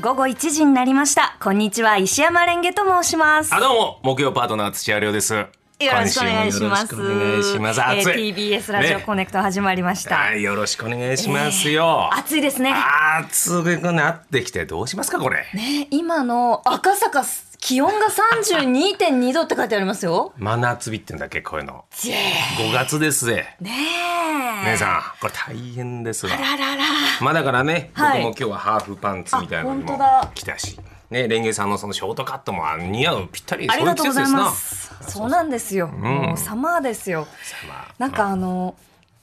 午後1時になりましたこんにちは石山レンゲと申しますあ、どうも、木曜パートナー土屋亮です。よよろしくお願いしますよろしくお願いします。えー暑い。 TBS ラジオねコネクト始まりました、はい、よろしくお願いしますよ。暑いですね暑くなってきて、どうしますか、これ。ね今の赤坂気温が32.2度って書いてありますよ真夏日ってんだっけ、こういうの。ジェ5月ですぜ。ーねえ姉さん、これ大変ですわあ。らららまあだからね、はい僕も今日はハーフパンツみたいなのにあ本も当だ来たし。ね、レンゲさんのそのショートカットもあ似合うぴったりあそりういがうと季うござい節ですな。ますそうなんですよ、もうサマーですよまあなんかあの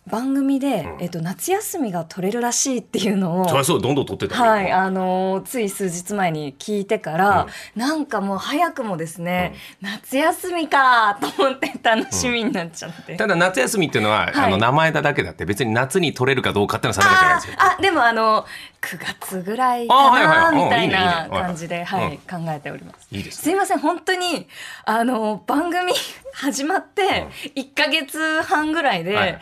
番組で、えっと、夏休みが取れるらしいっていうのをそりゃそうどんどん撮ってたよはい、あのーつい数日前に聞いてから、なんかもう早くもですね、夏休みか と思って楽しみになっちゃって。ただ夏休みっていうのは、いあの名前だだけだって別に夏に取れるかどうかっていうのは定かじゃないんあですよ。ーあでもあの9月ぐらいかあはいはいなはいみたいあいないねいいね感じで、はいははいい、考えております。いいですねすいません本当にあの番組 始まって1か月半ぐらいで、はいはい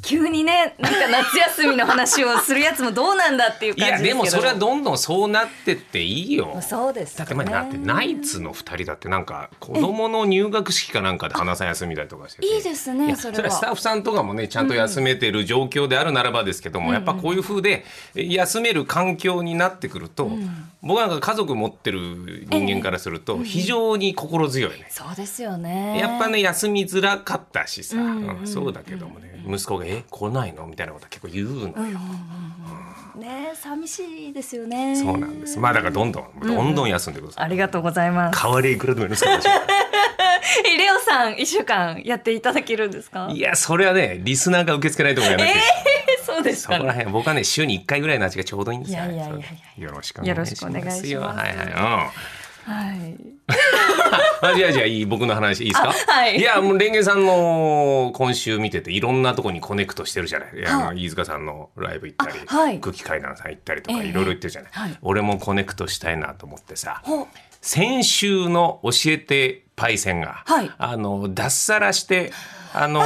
急にねなんか夏休みの話をするやつもどうなんだっていうい感やじでですけどもそれはどんどんそうなってっていいよ。そうですだかってね前だってナイツの二人だってなんか子供の入学式かなんかで花さん休みたりとかしてていいですねいやそそれはれはスタッフさんとかもねちゃんと休めてる状況であるならばですけども、やっぱこういう風でえ休める環境になってくると、僕なんか家族持ってる人間からすると非常に心強いね。そうですよねやっぱね休みづらかったしさ、んうんうんそうだけどもね息子が「え来ないの?」みたいなことは結構言うの、ね寂しいですよねそうなんですまあだからどんどんどんどん休んでください、ありがとうござい ます代わりいくらでもいるんですから私はえレオさん一週間やっていただけるんですかいやそれはねリスナーが受け付けないと思うよね、えそうです そこからね辺僕はね週に1回ぐらいの味がちょうどいいんですよねいやいやいやいやそうよろしくお願いしよろしくおま願いすしよますはいはいはいうんあじゃあじゃあいい僕の話いいですかあはいいやもうレンゲさんの今週見てていろんなとこにコネクトしてるじゃないいやあのは飯塚さんのライブ行ったり、あはい空気階段さん行ったりとかええいろいろ行ってるじゃない、はい俺もコネクトしたいなと思ってさほ先週の「教えてパイセンが」はいあの脱サラしてあの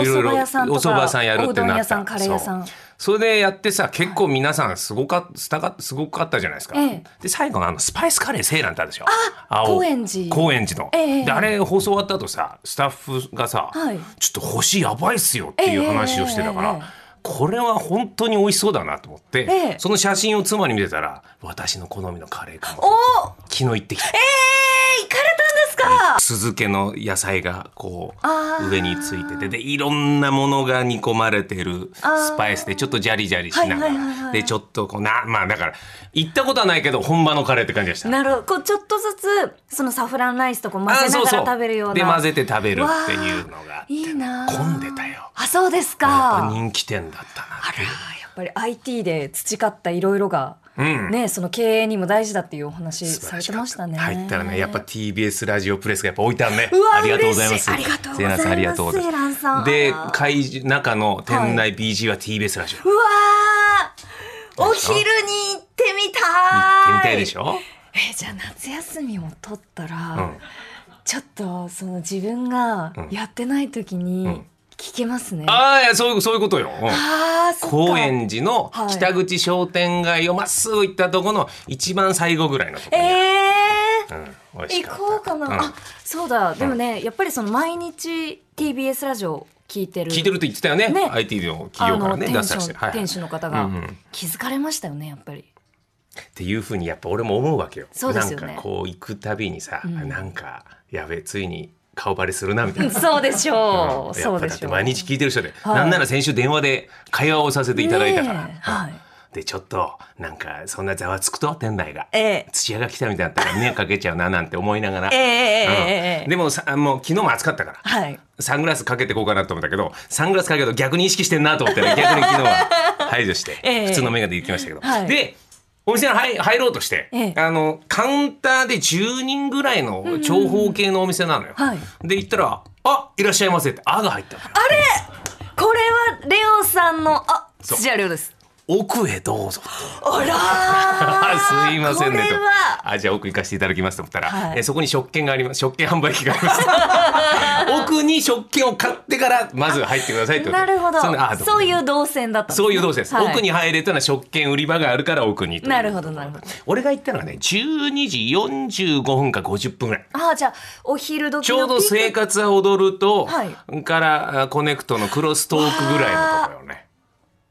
ーいろいろお蕎麦屋さんとかお蕎麦屋さんやるっておうどんな屋っさたんカレー屋さんそうそれでやってさ結構皆さんすごかすたかすごかったじゃないですか、ええで最後のあのスパイスカレーセーランってあるでしょあ高円寺高円寺の、ええであれ放送終わった後さスタッフがさ、はいちょっと星やばいっすよっていう話をしてたから、えええええこれは本当に美味しそうだなと思って、ええその写真を妻に見てたら私の好みのカレーかもお昨日行ってきたえー、行かれたんですか酢漬けの野菜がこあーう上についててでいろんなものが煮込まれてるあースパイスでちょっとジャリジャリしながはいはいはいはらいでちょっとこうなまあだから行ったことはないけど本場のカレーって感じでした。なるほどこうちょっとずつそのサフランライスとこう混あぜーなそうがそら食べるようなで混ぜて食べるっていうのがあっていいなー混んでたよあそうですかやっぱあ人気店だったならやっぱり IT で培ったいろいろが、うんねその経営にも大事だっていうお話素晴さられしてかまっしたね入ったらねやっぱ TBS ラジオプレスがやっぱ置いてあるねうわありがとうございま嬉すしいありがとうございますセイランさんありがとうございセイランさまんすで会場中の店は内 BG は TBS ラジオうわーおでしょ昼に行ってみた行ってみいたいでしょえじゃあ夏休みを取ったら、うんちょっとその自分がやってない時にん聞けますね、あああいやそういうそういうことようんあーそっか高円寺のはい北口商店街をまっすぐ行ったとこの一番最後ぐらいのところにえーうん美味し行かったこうかな、んあそうだでもね、やっぱりその毎日 TBS ラジオ聞いてる聞いてるって言ってたよねね IT のあ企業かのらね店出主さのせて、はいはい、店っ主の方がうんうん気づかれましたよねやっぱりていうふうにやっぱ俺も思うわけよそうですよねなんかこう行くたびにさ、なんかやべえついに顔バレするなみたいな。そうでしょう、うんやそっうぱでだっしてょう毎日聞いてる人で、はいなんなら先週電話で会話をさせていただいたから、ねえはいでちょっとなんかそんなざわつくと店内が、ええ土屋が来たみたいだったら迷惑かけちゃうななんて思いながら、ええええええうんでもさもう昨日も暑かったからはいサングラスかけてこうかなと思ったけどサングラスかけると逆に意識してんなと思っ て、ね、逆に昨日は排除して、ええ普通の眼鏡で行きましたけど、はいでお店に入入ろうとして、ええあのカウンターで10人ぐらいの長方形のお店なのよ。はいで行ったら「あいらっしゃいませ」って「あ」が入ったのよこれはレオさんのあそう土屋亮です奥へどうぞと。あ らーすいませんねことれは。あじゃあ奥行かせていただきますと思ったら、はいえーそこに食券があります食券販売機があります 奥に食券を買ってからまず入ってくださいってことなるほど。そんなあそうどういう動線だったんねそういう動線です、はい奥に入れたら食券売り場があるから奥にというなるほどなるほど俺が行ったのがね12時45分か50分ぐらいああじゃあお昼時のちょうどピー生活は踊ると、はいからあコネクトのクロストークぐらいのところよね。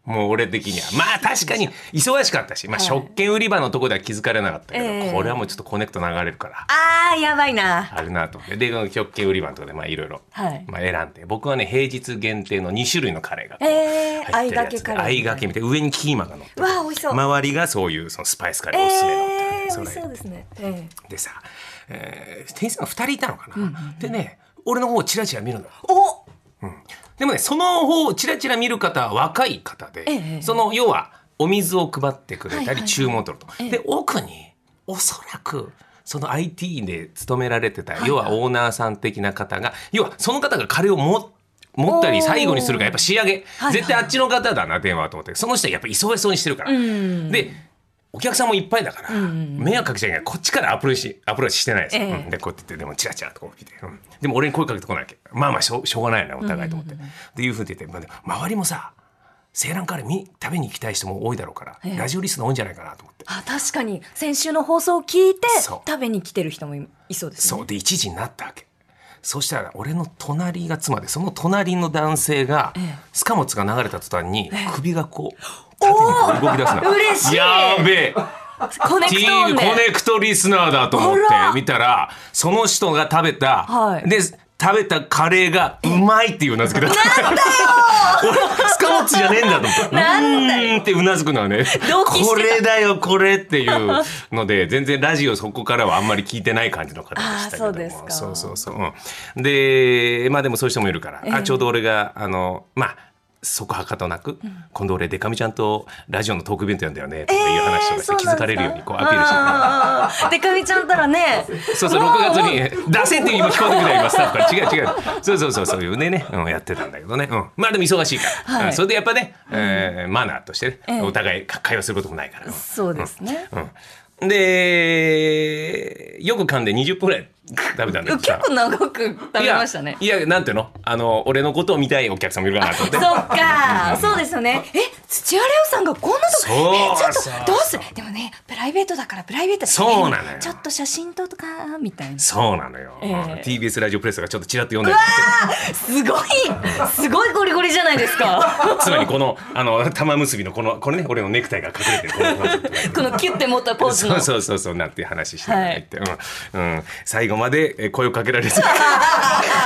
もう俺的にはまあ確かに忙しかったし、まあ、はい食券売り場のとこでは気づかれなかったけど、ええこれはもうちょっとコネクト流れるからクああやばいな。あれなと思ってでこの食券売り場のとこでまあいろいろはい。まあ選んで僕はね平日限定の2種類のカレーがこうえー、入あっいてるがやつけでカレー。あいがけみたいな上にキーマが乗ってるわあ美味しそう。周りがそういうそのスパイスカレーおすすめのってえー、美れ味しそうですね。ええでさ、えー店員さんが2人いたのかな、でね俺の方をチラチラ見るのよおでもねその方をチラチラ見る方は若い方で、ええその要はお水を配ってくれはいはたいはりい注文を取ると、ええで奥におそらくその IT で勤められてた、要はオーナーさん的な方が要はその方がカレーをも持ったりおー最後にするからやっぱ仕上げ、はい絶対あっちの方だな電話はと思ってその人はやっぱ忙しそうにしてるから、うん。でお客さんもいっぱいだから、迷惑かけちゃいけないこっちからアプローチアプローチしてないですよ、ええうんでこうやって言ってでもチラチラとこう見て、うんでも俺に声かけてこないわけまあまあしょうしょうがないよなお互いと思って、っていうふうに言って、まあでも周りもさセーランカレー見食べに行きたい人も多いだろうから、ええラジオリスナー多いんじゃないかなと思って、あ確かに先週の放送を聞いてそう食べに来てる人もいいそうですね。そうで1時になったわけそしたら俺の隣が妻でその隣の男性が、ええスカモツが流れた途端に首がこうお縦にーこう動き出すの嬉しいやーべえコネクト音 T で。コネクトリスナーだと思ってあら見たらその人が食べた、はいで食べたカレーがうまいっていううなずきだったなんだよ俺スカモッツじゃねえんだと思ってなんだよってうなずくのはね同期してたこれだよこれっていうので全然ラジオそこからはあんまり聞いてない感じの方でしたけどもあーそうですかそうそうそう、うんでまあでもそういう人もいるから、ええあちょうど俺があのまあそこはかとなく、今度俺デカミちゃんとラジオのトークイベントやんだよねとかいう話とかして気づかれるようにこうアピールしてしてでかみちゃんたらねそうそう、わあ6月に、出せって今聞こえてくるよ、今スタッフから。違う違う。そうそうそう、そういうね、ね、うん、やってたんだけどね。うん。まあでも忙しいから。はいうんそれでやっぱね、えーマナーとしてええね、お互いか会話することもないから。うんそうですね。うん。で、よく噛んで20分ぐらい食べたんだけど結さ。構長く食べましたね。いや、いやなんていうのあの、俺のことを見たいお客さんもいるかなと思ってそ。っか、そうですよね。え、土屋レオさんがこんなとこ、そうえ、ちょっそうとどうする？でもね、プライベートだからプライベート。そうなのよえちょっと写真撮とかみたいな。すそうなのよ。ええ TBS ラジオプレスがちょっとちらっと読んだりしてて。ごい、すごいゴリゴリじゃないです か。つまりこの、あの、玉結びのこの、これね、俺のネクタイが隠れてる。このこのこのキュッて持ったポーズの。そうそうそうそうなんていう話していただいて、うんうん、最後までえ声をかけられず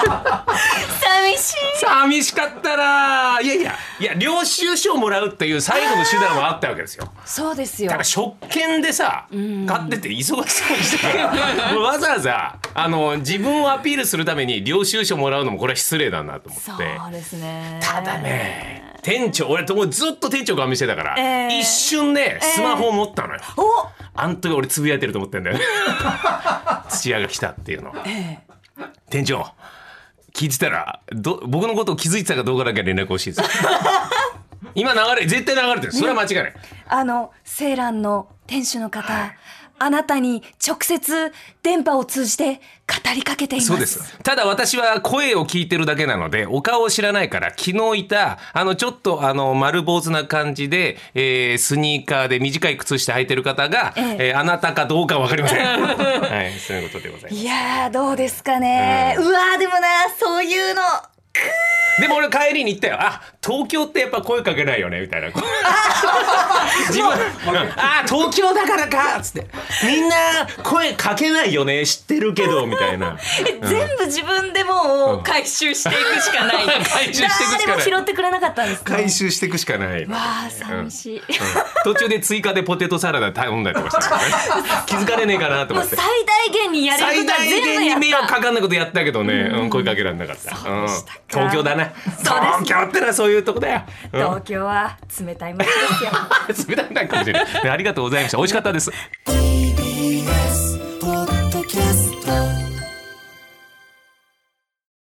寂しい。寂しかったなあいやいやいや領収書をもらうっていう最後の手段はあったわけですよそうですよだか。ら食券でさ買ってて忙しそうにしてたからもうわざわざあの自分をアピールするために領収書もらうのもこれは失礼だなと思ってそうですね。ただ。ね店長俺ともずっと店長が見してたから、ええ一瞬ねスマホを持ったのよ、お、あん時俺つぶやいてると思ってんだよね土屋が来たっていうのええ、店長聞いてたらど僕のことを気づいてたかどうかだけ連絡欲しいです今流れ絶対流れてるそれは間違いない、あのセーランの店主の方。あなたに直接電波を通じて語りかけています。そうですただ私は声を聞いてるだけなのでお顔を知らないから昨日いたあのちょっとあの丸坊主な感じで、えースニーカーで短い靴下履いてる方が、えええーあなたかどうかは分かりません はいそういうことでございまいすやーどうですかね、うわーでもなそういうのでも俺帰りに行ったよ。あ、東京ってやっぱ声かけないよねみ たいな。自分、あ、東京だからかっつって。みんな声かけないよね知ってるけどみたいな。全部自分でもう回収していくしかない 回収していくしかない誰も拾ってくれなかったんですね回収していくしかない。わー寂しい、途中で追加でポテトサラダ頼んだりとかしたからね。気づかれねえかなとも思うっ最て。大限にやれ最ることは大限に全部迷やっ惑たかかんないことやったけどね、うん、声かけられなかった。うん東京だうな。です東京ってのはそういうとこだよ。うん東京は冷たいものですよ 冷たくないかもしれない。ありがとうございました。美味しかったです。 TBS ポッドキャスト